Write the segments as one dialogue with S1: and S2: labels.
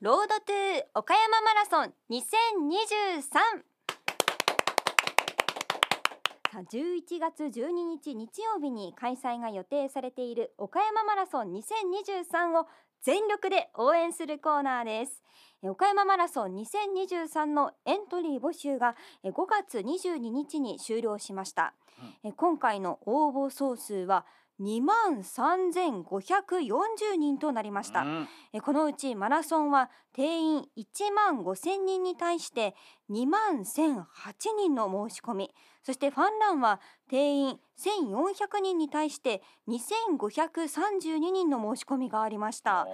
S1: ロードトゥー岡山マラソン2023さあ11月12日日曜日に開催が予定されている岡山マラソン2023を全力で応援するコーナーですえ岡山マラソン2023のエントリー募集がえ5月22日に終了しました、え今回の応募総数は2万3540人となりました、
S2: うん
S1: えーこのうちマラソンは定員1万5000人に対して2万1008人の申し込みそしてファンランは定員1400人に対して2532人の申し込みがありました
S2: お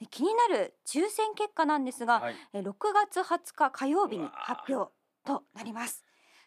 S1: で気になる抽選結果なんですが、
S2: はい
S1: えー6月20日火曜日に
S2: うわー
S1: 発表となります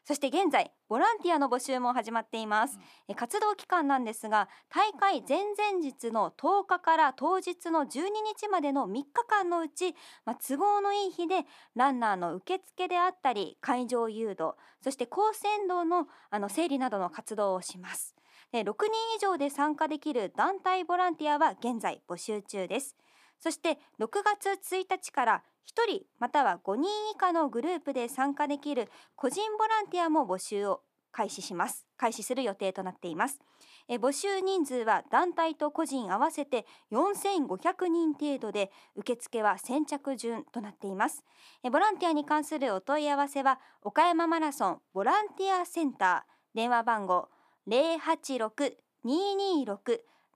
S1: そして現在ボランティアの募集も始まっています、えー活動期間なんですが大会前々日の10日から当日の12日までの3日間のうち、まあ、都合のいい日でランナーの受付であったり会場誘導そして高専道のあの整理などの活動をしますで6人以上で参加できる団体ボランティアは現在募集中ですそして6月1日から1人または5人以下のグループで参加できる個人ボランティアも募集を開始します開始する予定となっていますえー募集人数は団体と個人合わせて4500人程度で受付は先着順となっていますえーボランティアに関するお問い合わせは岡山マラソンボランティアセンター電話番号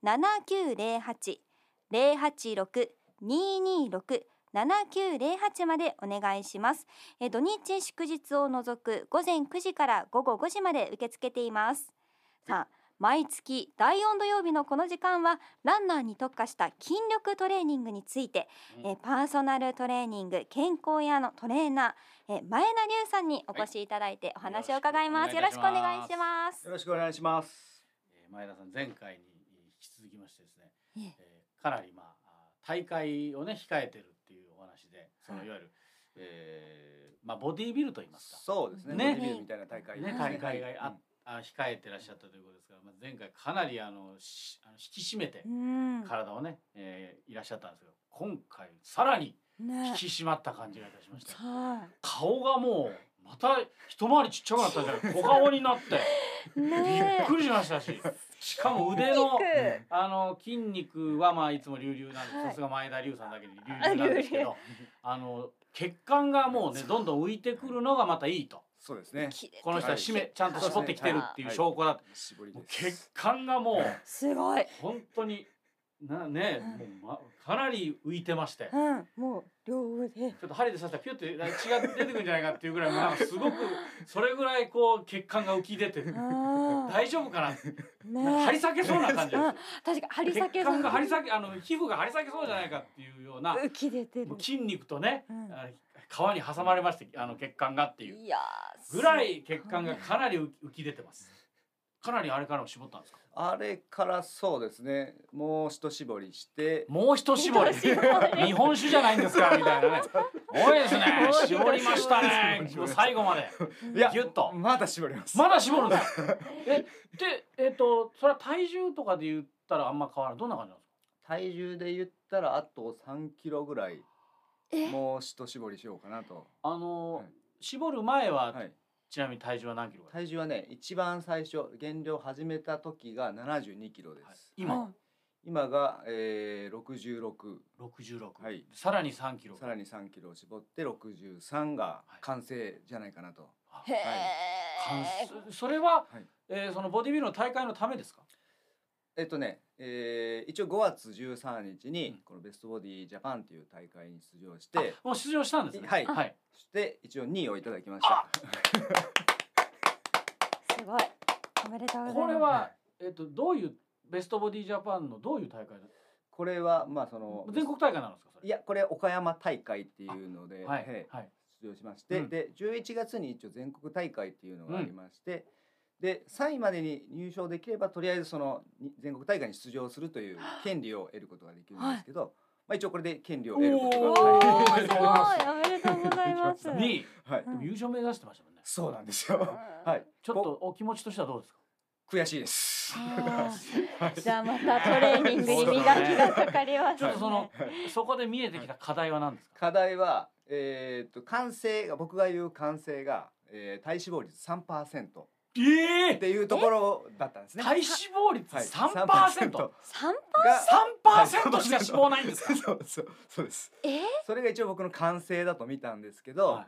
S1: 086-226-7908 086-226-7908までお願いしますえー土日祝日を除く午前9時から午後5時まで受け付けていますさあ毎月第4土曜日のこの時間はランナーに特化した筋力トレーニングについて、
S2: うん
S1: えーパーソナルトレーニング健康屋のトレーナー、えー前田龍さんにお越しいただいてお話を伺います、
S2: よ
S1: よ
S2: ろ
S1: ろ
S2: し
S1: し
S2: く
S1: く
S2: お
S1: お
S2: 願
S1: 願
S2: い
S1: い
S2: し
S1: します
S2: よろしくお願いします。えー前田さん前回に引き続きましてですね、
S1: ええ
S2: えーかなりまああー大会をね控えてるっていうお話で、その
S1: はい
S2: いわゆる、えーまあボディービルと言いますか。
S3: そうですね。
S2: ね
S3: ボディビルみたいな大会
S2: ね、
S1: はい
S2: 大会があ
S3: は、
S2: あ控えてらっしゃったということですから、まあ、前回かなりあのしあの引き締めて
S1: うん
S2: 体をね、えーいらっしゃったんですけど今回さらに引
S1: ね
S2: き締まった感じがいたしました、
S1: は
S2: 顔がもうまた一回りちっちゃくなったんじゃ ない小顔になって
S1: い
S2: びっ
S1: ね
S2: くりしましたししかも腕の
S1: え
S2: あの筋肉はまあいつも隆々なん
S1: は
S2: で
S1: い
S2: さすが前田龍さんだけに隆々なんですけ
S1: あ
S2: どあの血管がもうねどんどん浮いてくるのがまたいいと
S3: そうですね。
S1: 切れてる
S2: この人は締めちゃんと絞ってきてるっていう証拠だと
S3: 絞り
S2: もう
S3: です。
S2: 血管がもう
S1: すごい
S2: 本当になねもう、ま、かなり浮いてまして。
S1: うんもう両腕
S2: ちょっと針で刺したらピュって血が出てくるんじゃないかっていうぐらいなんかすごくそれぐらいこう血管が浮き出てる
S1: あ
S2: 大丈夫かな
S1: ー
S2: なんか張り
S1: ね
S2: 裂けそうな感じ
S1: うん
S2: で
S1: 確かに張り
S2: す
S1: 裂
S2: 血
S1: けそう
S2: 管が張り裂けあの皮膚が張り裂けそうじゃないかっていうような
S1: 浮き出てる
S2: もう筋肉とね
S1: うん
S2: あの皮に挟まれましてあの血管がっていう
S1: いやー
S2: ぐらい血管がかなり浮き浮き出てますかなりあれからも絞ったんですか
S3: あれからそうですね。もう一絞りして。
S2: もう一絞り
S1: 一絞り
S2: 日本酒じゃないんですかみたいな ね多いですね
S1: もう一絞り
S2: 絞りました ね
S3: 絞りました
S2: 最後まで
S1: うん
S3: いや
S2: ギュッと
S3: まだ絞ります。
S2: まだ絞るん だ。え、で、えっ、と、それは体重とかで言ったら、あんま変わらない。どんな感じなんです
S3: 体重で言ったらあと三キロぐらい
S1: え
S3: もう一絞りしようかなと。
S2: か。あのー
S3: はい
S2: 絞る前は、
S3: はい。
S2: ちなみに体重は何キロぐらい。
S3: 体重はね一番最初減量始めた時が七十二キロで
S2: はい
S3: す。
S2: 今、
S3: 今がえ六十六。
S2: 六十六。
S3: はい
S2: さらに三キロ。
S3: さらに3キロ絞って63が完成じゃないかなと、
S2: あ
S1: へえ
S2: 完成それは、
S3: はい
S2: えーそのボディビルの大会のためですか。
S3: えっとね、えー一応5月13日
S2: うん
S3: にこのベストボディジャパンという大会に出場して、
S2: あもう出場したんですね。
S3: はい
S2: はい。
S3: そして一応2位をいただきました。
S1: すごいおめでとうございます
S2: これは
S3: は、
S2: えっ、と、どういう、ベストボディジャパンのどういう大会だ。
S3: これはまあその
S2: 全国大会なんですか。それ
S3: いやこれ岡山大会っていうので、
S2: は
S3: え
S2: い。
S3: え
S2: はい。
S3: 出場しまして、
S2: うん
S3: で11月に一応全国大会っていうのがありまして、で3位までに入賞できればとりあえずそのに全国大会に出場するという権利を得ることができるんですけど、まあ、一応これで権利を得ること
S1: お
S3: が、
S1: お
S3: はい
S1: ーすごいおめでとうございます
S2: 2位、
S3: はい、
S1: うん
S2: 優勝目指してましたもんね。
S3: そうなんですよ。はい、
S2: ちょっとお気持ちとしてはどうですか。
S3: 悔しいです。
S2: ます。はい
S1: じゃあまたトレーニングに磨きがかかります、ね。
S2: ちょっとそのそこで見えてきた課題は何ですか。
S3: 課題は、えーっと完成が僕が言う完成が、えー体脂肪率3%っ
S2: ええ
S3: ていうところだったんですね。
S2: 体脂肪率
S3: はい
S2: 三パーセント。
S1: 三
S3: が
S2: 三パーセントしか脂肪ないんですか。
S3: そうそうそうです。
S1: えー
S3: それが一応僕の完成だと見たんですけど、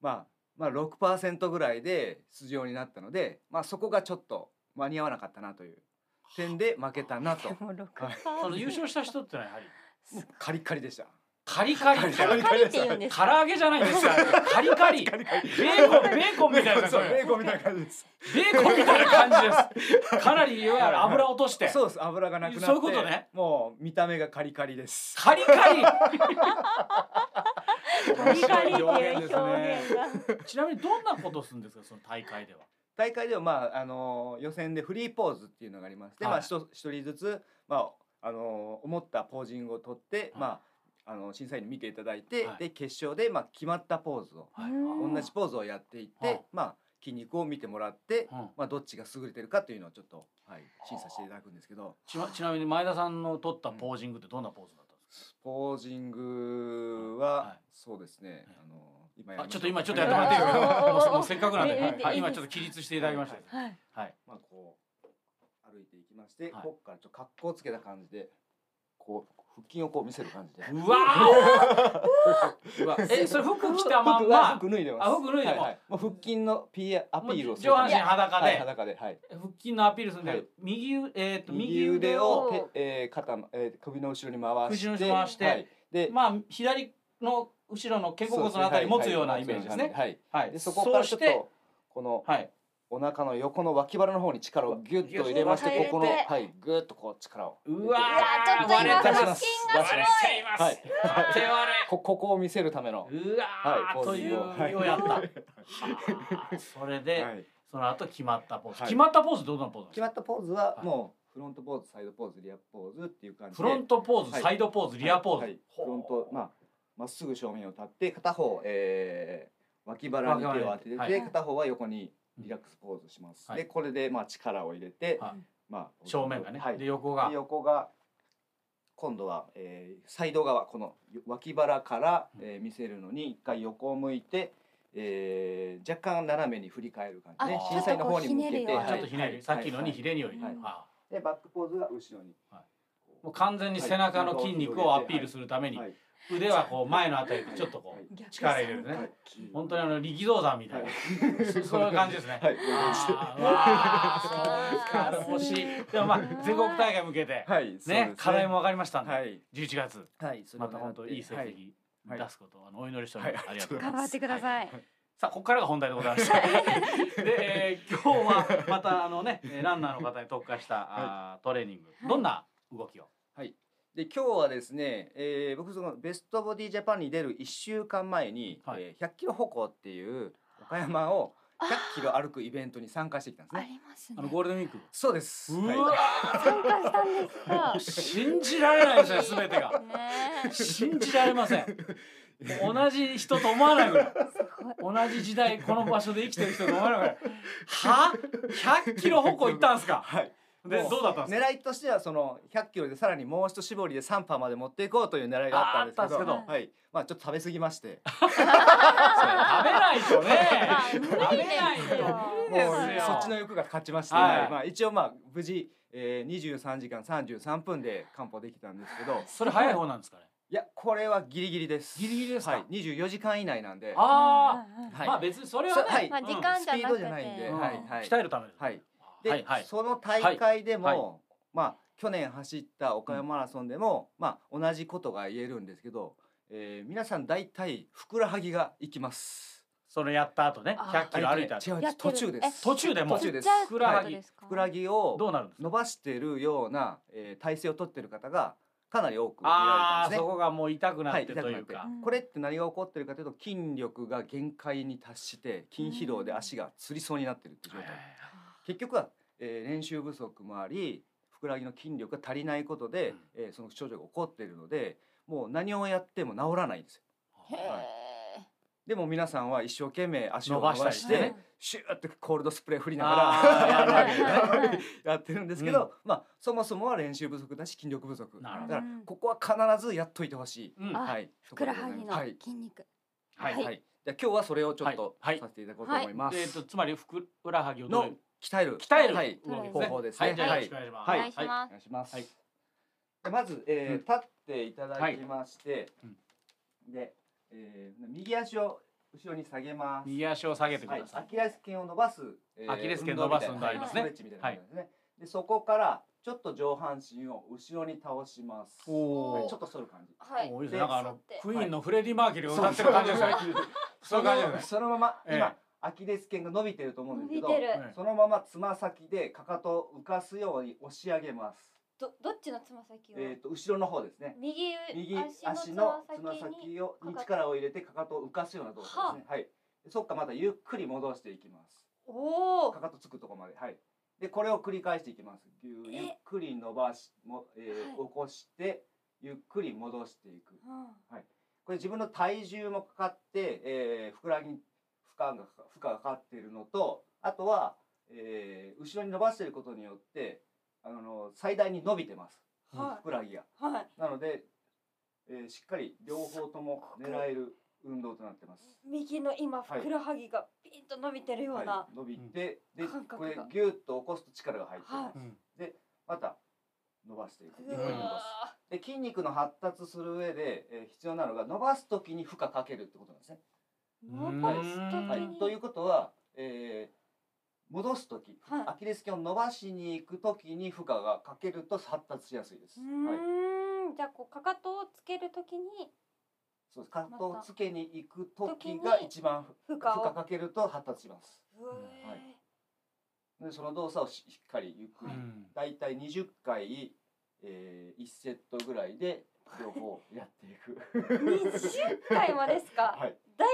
S3: まあまあ6%ぐらいで出場になったので、まあそこがちょっと間に合わなかったなという点で負けたなと
S1: で。も六パ
S3: はい
S2: その優勝した人ってのはやはり
S3: もうカリッカリでした。
S2: カリカリ。
S1: カリカリって言うんです
S2: 唐
S1: か。
S2: 揚げじゃないんです よ。カリカリ。ベーコンベーコンみたいな
S3: そ
S2: 感
S3: う
S2: じ。
S3: ベーコンみたいな感じです。
S2: ベーコンみたいな感じです。かなりいわゆる油落として。
S3: そうです。油がなくなって、
S2: そういうことね
S3: もう見た目がカリカリです。
S2: カリカリ。
S1: カリカリっていう
S3: 表現です
S1: 表
S3: ね
S1: 現が。
S2: ちなみにどんなことをするんですかその大会では。
S3: 大会では、まああの予選でフリーポーズっていうのがありまして、
S2: はい
S3: まあ、ひと一人ずつ、まああの思ったポージングをとって、
S2: はい
S3: まあ、あの審査員に見ていただいて、
S2: はい
S3: で決勝で、まあ、決まったポーズを
S2: はい
S1: うん
S3: 同じポーズをやっていっ
S2: は
S3: て
S2: い、
S3: まあ、筋肉を見てもらって、
S2: うん
S3: まあ、どっちが優れてるかというのをちょっと、はい、審査していただくんですけど
S2: ちなちなみに前田さんの取ったポージングってどんなポーズだったんです
S3: ポージング
S2: は
S3: は、
S2: い
S3: そうですね、あの今
S2: か。
S3: や
S2: あ
S3: りまし
S2: ちょっと今ちょっとやってもらっていいです
S1: あ
S2: か。
S1: あ
S2: もうもうせっかくなんで、
S1: え
S2: はい
S1: え
S2: はい
S1: いいです
S2: 今ちょっと起立していただきました。
S1: はい。
S2: はい。
S3: まあこう歩いていきまして、
S2: はい
S3: ここからちょっと格好つけた感じでこう腹筋をこう見せる感じで
S2: うわー。うわ。 えそれ服着たまん
S3: 服は
S2: ま
S3: 服脱いでます
S2: あ服脱いで
S3: はいはいもう腹筋の P アピールをする
S2: 上半身裸で
S3: はい、裸で、はい、
S2: 腹筋のアピールするんで、
S3: はい
S2: 右うえーっと右
S3: 右
S2: 腕
S3: 腕
S2: を
S3: を手、えー、肩の、えー、首の後ろに回して
S2: 首の後ろに回して
S3: はい、で、
S2: まあ左の後ろの肩甲骨のあたり持つようなイメージですね。
S3: はい
S2: はい。
S3: でそこからちょ
S2: そ
S3: っ
S2: して
S3: とこの
S2: はい。
S3: お腹の横の脇腹の方に力をギュッと入れまして
S1: ギュッ
S3: ことこの
S1: 入れて
S3: はいグーッとこう力を入れて
S2: うわー。
S1: ちょっと今
S2: 割れてます。
S1: 腹筋
S2: 割れ
S1: が
S2: ています。
S3: はい
S2: 手割れ。
S3: こここを見せるための
S2: うわー、
S3: はい
S2: という
S3: はい
S2: ようやった。はあ それで、
S3: はい
S2: その後決まったポーズ。
S3: はい
S2: 決まったポーズどんなポーズなんで
S3: 決
S2: すか
S3: まったポーズは
S2: はい
S3: もうフロントポーズサイドポーズリアポーズっていう感じで
S2: フロントポーズ、
S3: はい
S2: サイドポーズ、リアポーズ。
S3: はいはいフロントまあまっすぐ正面を立って片方、えー、脇腹に手を当てて、
S2: 脇腹にはい
S3: 片方は横にリラックスポーズします、
S2: はい
S3: でこれでまあ力を入れて、
S2: はい
S3: まあ
S2: 正面がね、
S3: はい、
S2: で
S3: で
S2: 横が。
S3: 横が今度は、えー、サイド側この脇腹から、えー、見せるのに一回横を向いて、えー、若干斜めに振り返る感じで、
S2: あ
S3: ね、審査員の方に向
S1: ちょっとこうひねる
S3: けて
S1: ような
S2: あちょっとひねり、
S3: はい
S2: さっきのにひねりを入れる、
S1: はい
S2: あ
S3: でバックポーズが後ろに、
S2: はいもう完全に背中の筋肉をアピールするために、
S3: はい
S2: 腕はこう前のあたりでちょっとこ
S3: は
S2: う、
S3: い
S2: 力入れるね
S3: はい
S2: 本当にあの力道山みたいな、そ そういう感じですね。
S3: はい
S2: あー
S1: そう
S2: わー、
S1: か
S2: 欲しい。でもまあ全国大会向けて、
S3: はいそうです
S2: ね、課題も分かりましたんで、
S3: はい
S2: 11月。
S3: はいそれ
S2: ま
S3: を狙って
S2: た本当いい成
S3: はい
S2: 績
S3: はい
S2: 出すことをあのお祈りしております。
S3: はい
S2: ありがとうござ
S1: 頑
S2: います。
S1: 張ってくだ
S2: は
S1: さい。
S2: さあここからが本題でございました。で、えー今日はまたあのねえーランナーの方に特化した、あートレーニングどんな動きを。
S3: で今日はですね、えー、僕そのベストボディジャパンに出る1週間前に、
S2: はい
S3: えー、100キロ歩行っていう岡山を100キロ歩くイベントに参加してきたんです
S1: あ
S3: ね。
S1: りますね
S2: あの。ゴールデンウィーク。
S3: そうです。
S2: う
S3: はい
S2: わ、
S1: 参加したんですか。
S2: 信じられないですねすべて
S1: ね
S2: が。
S1: え
S2: 信じられません。同じ人と思わないぐらい。
S1: すごい。
S2: 同じ時代この場所で生きてる人と思わないぐらい。は？100キロ歩行行ったんですか。
S3: はい。
S2: で
S3: も
S2: どうだったんですか。
S3: 狙いとしてはその100キロでさらにもう一絞りで3パーまで持っていこうという狙いがあったんですけど、
S2: あーあったん
S1: けど
S3: は
S2: です
S3: い。まあちょっと食べ過ぎまして、
S2: 食べないとね。
S1: あ無理ですよ
S2: 食べ
S3: も
S2: ないうと無理ですよ。
S3: そっちの欲が勝ちまして、
S2: はい
S3: はいまあ、一応まあ無事、えー、23時間33分で完歩できたんですけど
S2: それ早い方なんですかね。
S3: いやこれはギリギリです
S2: ギリギリですか
S3: はい、24時間以内なんでは
S2: あ
S1: うんうん
S2: あ、
S3: い、
S2: まあ別にそれはね、
S3: そうはい
S1: まあ
S2: うん
S1: 時間じゃなくて。
S3: スピードじゃないんで
S2: うん
S3: はいはい
S2: 鍛えるためです。
S3: はい、で、
S2: はいはい。
S3: その大会でも、
S2: はいは
S3: まあ去年走った岡山マラソンでも、まあ同じことが言えるんですけど、えー、皆さん大体ふくらはぎがいきます
S2: そのやった後ね、
S1: あ
S2: 100キロ歩いた
S3: あ違
S2: 後。
S3: う違
S1: やっ
S3: う
S1: てる
S3: 途中です
S2: 途中でも
S3: 途中
S1: 吸
S3: で
S1: っ
S3: す
S1: ちゃうって
S3: ふ
S1: こ
S3: くらは
S1: と
S3: ぎ
S1: ですか。
S3: ふくらはぎを
S2: どうなるんですか。
S3: 伸ばしてるような、えー、体勢を取ってる方がかなり多く見ら
S2: あ
S3: れたんです
S2: あ、そ
S3: ね。
S2: こがもう痛くな
S3: は
S2: っ
S3: い、
S2: て
S3: 痛
S2: と
S3: く
S2: い
S3: なっ
S2: う
S3: て
S2: か。
S3: これって何が起こってるかというと筋力が限界に達して筋疲労で足がつりそうになってるって状態、結局は、えー練習不足もありふくらはぎの筋力が足りないことで、えーその症状が起こっているのでもう何をやっても治らないんですよ
S1: へ
S2: はい
S1: え。
S3: でも皆さんは一生懸命足を
S2: 伸
S3: 伸
S2: ば
S3: ば
S2: したり
S3: し
S2: して
S3: て
S2: ね
S3: シューってコールドスプレー振りな
S2: あ
S1: ーやるわけ
S3: が
S1: ね
S3: やってるんですけど、まあそもそもは練習不足だし筋力不足だ
S2: なる
S3: か
S2: ほど
S3: らここは必ずやっといてほしい、
S2: うん
S1: あ
S3: はい
S1: ふくらはぎの
S3: はい
S1: 筋肉。
S3: はい、
S1: はい
S3: はいじゃあ今日はそれをちょっと
S2: はいはい
S3: させていただこうと思います、
S2: えっとつまりふくらはぎをどう
S3: の鍛える
S2: 鍛える
S3: はい、
S1: 動きです
S3: 方
S1: ね
S3: 法です
S2: は
S3: ね
S2: い、じゃあよろしくお願いします。
S3: は
S1: お
S3: い
S1: 願いし
S3: お
S1: ます。
S3: 願いします。
S2: はい
S3: でまず、えー
S2: うん
S3: 立っていただきまして、
S2: うん
S3: で、えー右足を後ろに下げます。
S2: 右足を下げてく
S3: はい
S2: ださ
S3: ア
S2: い。
S3: キレス腱を伸ばす、え
S2: アキレス腱伸ばす運動
S1: あります
S2: ね
S3: はいストレッチみたいな感じですね。でそこからちょっと上半身を後ろに倒します。
S2: おー
S3: はいちょっと反る感じ。
S1: は
S2: もういいですねなんかあ
S1: 座
S2: の
S1: って
S2: クイーンのフレディマーキュリーを歌ってる感じですね。そういう感じですね。
S3: そのまま
S2: ええ
S3: 今、アキレス腱が伸びてると思うんです
S1: 伸
S3: け
S1: び
S3: ど、
S1: てる。
S2: はい
S3: そのままつま先でかかとを浮かすように押し上げます。
S1: どどっちのつま先を？
S3: えっ、と後ろの方ですね。
S1: 右
S3: 右
S1: 足
S3: 足
S1: の
S3: の
S1: つ
S3: つ
S1: ま
S3: ま
S1: 先に。
S3: 先をに力を入れてかかとを浮かすような動作ですね。はい。でそっかまたゆっくり戻していきます。
S1: おお
S3: か。かとつくとこまで。はい。でこれを繰り返していきます。ぎゅう
S1: え
S3: ゆっくり伸ばしも、えー
S1: はい
S3: 起こしてゆっくり戻していく。
S1: うん
S3: これ自分の体重もかかって、えー、ふくらはぎに負荷がか負荷がかかっているのとあとは、えー、後ろに伸ばしていることによってあの最大に伸びてます。
S1: は
S3: ふくらはぎが。
S1: いはい。
S3: なので、えーしっかり両方とも狙える運動となってます。
S1: 右の今
S3: はい
S1: ふくらはぎがピンと伸びてるような
S3: は。い、伸びて、で
S1: 感覚
S3: これ
S1: が
S3: ギュッと起こすと力が入って、
S1: は
S2: うん
S3: また伸ばしていく。
S1: う
S3: ゆっ
S1: わ
S3: くり伸ば
S1: ー
S3: すで筋肉の発達する上で、えー必要なのが伸ばす時に負荷かけるってことなんですね。
S1: 伸ばす時に。
S3: はい、ということは、えー戻す時、
S1: はい
S3: アキレス腱を伸ばしに行く時に負荷がかけると発達しやすいです。
S1: う
S3: はい、
S1: ーん。じゃあこうかかとをつけるときに
S3: そうです。かかとをつけに行く時
S1: また
S3: が一番負
S1: 負荷
S3: 負荷
S1: を。
S3: かけると発達します。
S1: う
S2: は
S1: えー
S3: でその動作をししっかりゆっく
S2: う
S3: り、
S2: ん
S3: だいたい20回、えー、1セットぐらいで両方やっていく
S1: 20回もですか、
S3: はい
S1: だい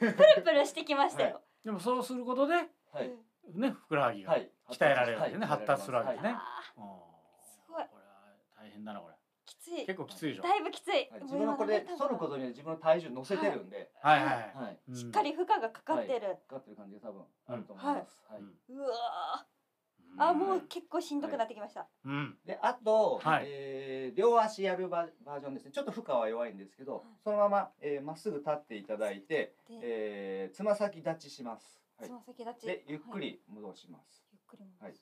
S1: ぶこれプルプルしてきましたよ、
S2: でもそうすることで
S3: はい
S2: ねふくらはぎが
S3: は
S2: 鍛
S3: い
S2: えられるわけね
S3: はい
S2: 発達するわけね
S3: は
S1: あ
S3: い
S1: ー
S2: す
S1: ごい
S2: これは大変だなこれ。
S1: きつい
S2: 結構きついでしょ。
S1: だいぶきつい、
S3: はい自分のこれで反ることによって自分の体重乗せてるんで、
S2: はいはいはい。
S3: はい、
S2: うん
S1: しっかり負荷がかかってる、
S3: かかってる感じが多分あると思います、はい
S2: うん
S1: うわーあもう結構しんどくなってきました、
S2: うん
S3: であと、
S2: はい
S3: えー両足やるババージョンですねちょっと負荷は弱いんですけど、そのままえーまっすぐ立っていただいてつま、
S1: で
S3: えーつま先立ちします、はい
S1: つ、ま先立ち
S3: でゆっく
S1: はい
S3: り戻します、
S1: ゆっくり
S3: はい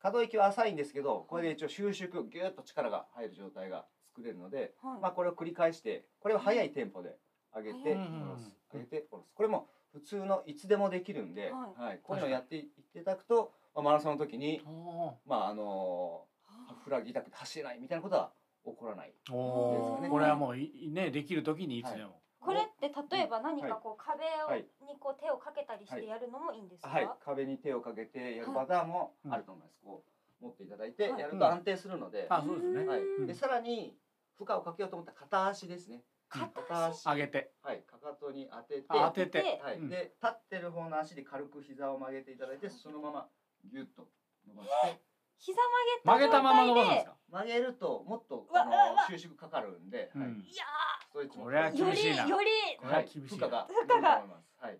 S3: 可動域は浅いんですけどこれで一応収縮ギューッと力が入る状態が作れるので、
S1: はい
S3: まあ、これを繰り返してこれを速いテンポで上げて
S1: う
S3: 下
S1: ん
S3: ろす
S2: うん
S3: 上げて下ろすこれも普通のいつでもできるんで、
S1: は
S3: はいこういうのをやっていっていただくと、まあ、マラソンの時に、
S2: お
S3: まああの
S1: あ
S3: ーフラギ痛くて走れないみたいなことは起こらない。
S2: ーお
S1: ですね
S2: ーこれはもういねできる時にいつでも。
S1: これって例えば何かこう壁を、
S3: はい
S1: にこう手をかけたりし
S3: は
S1: て
S3: い
S1: やるのもいいんですか、
S3: はい、壁に手をかけてやるパターンもあると思います。こう持っていただいて
S1: はい
S3: やると安定するので、
S2: あそうですね。
S3: はい
S1: うん
S3: でさらに負荷をかけようと思ったら片足ですね。
S1: 片足
S2: 上げて。
S3: はい、かかとに当てて、
S2: あ当てて。
S1: で
S3: はい、
S2: うん
S3: で立ってる方の足で軽く膝を曲げていただいてそのままギュッと伸ばして
S1: 膝
S2: 曲
S1: 曲げ
S2: げ
S1: た
S2: た
S1: 状態で
S2: まま伸ばすんですか。
S3: 曲げるともっと
S1: うわ
S3: あの
S1: うわうわ
S3: 収縮かかるんで、
S2: う
S3: はい、
S2: ん
S1: いや
S3: ストレッチも
S2: これは
S1: ーよ
S2: 厳しい
S1: り
S2: な
S1: より
S2: これは
S3: はい、
S2: 厳しい
S3: 負荷が
S1: 負荷が
S3: 出ると思いますはい、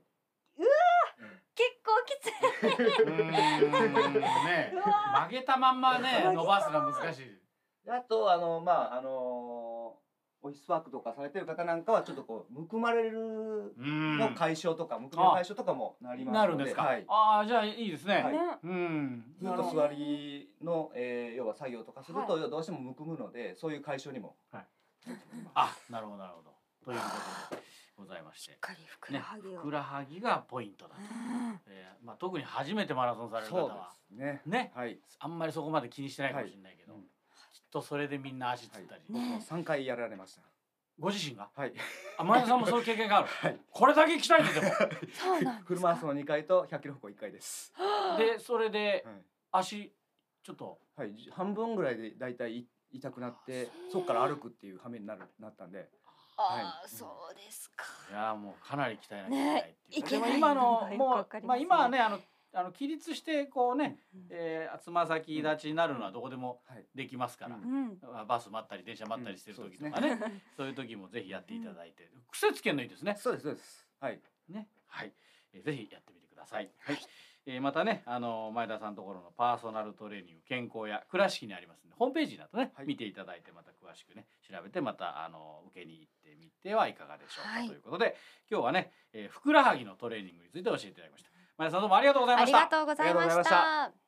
S1: 結構きつい
S2: ね
S1: うわ
S2: 曲げたまんまね
S1: 曲げたまんま
S2: 伸ばすのは難しい。
S3: であとあのまああのオフィスワークとかされてる方なんかはちょっとこうむくまれる
S2: うん
S3: の解消とか、むくみの解消とかもなりますので
S2: なるんですか。
S3: はい、
S2: ああじゃあいいですね。
S3: はい
S1: ね
S2: うん。
S3: ずっと座りの、えー、要は作業とかすると、どうしてもむくむのでそういう解消にも
S2: あなるほどなるほど。ということでございまし
S1: してっ。かりふくらはぎ
S2: ふ
S1: を、
S2: くらはぎがポイントだと。
S1: うん
S2: えーまあ特に初めてマラソンされる方は
S3: すね
S2: ね
S3: はい
S2: あんまりそこまで気にしてないかもしれないけど、
S3: はいうん
S2: きっとそれでみんな足つったり。
S1: ね
S3: もう三回やられました
S2: ご自身が
S3: はい
S2: あ前田さんもそういう経験がある。
S3: はい
S2: これだけ鍛えてても。
S1: そうなんですか
S3: フルマラソンの2回と100キロ歩行1回です
S2: でそれで
S3: はい、
S2: 足ちょっと。
S3: はい、じ半分ぐらいでだいたい痛くなって
S1: あ
S3: そっから歩くっていう羽目になるなったんで
S1: ああ、
S3: はい
S1: そうですか。
S2: いやーもうかなり鍛えなきゃいけないってい
S1: ね
S2: う。で
S1: いけ
S2: も
S1: ない
S2: 今
S1: の
S2: の
S1: がよく
S2: も
S1: わか
S2: う
S1: りま
S2: まあ
S1: すね
S2: 今はねあのあの起立してこうね、
S1: うん
S2: えーつま先立ちになるのはどこでも
S3: はい
S2: できますから
S3: う。
S1: うん。
S2: まあバス待ったり電車待ったりしてる時とかね,、
S3: う
S2: そういう時もぜひやっていただいて、癖つけるのいいですね
S3: そうですそうですはい
S2: ねはい、えーぜひやってみてくださいださい。
S1: はい
S2: えーまたね、あの前田さんのところのパーソナルトレーニング、健康や倉敷にありますので、ホームページなどね、
S3: はい
S2: 見ていただいてまた詳しくね、調べてまたあの受けに行ってみてはいかがでしょうか、
S1: はい
S2: ということで、今日はね、えーふくらはぎのトレーニングについて教えていただきました。前田さんどうもありがとうござい
S1: あ
S2: ま
S1: り
S2: した。
S1: がとうございま
S3: ありがとうございま
S1: し。
S3: した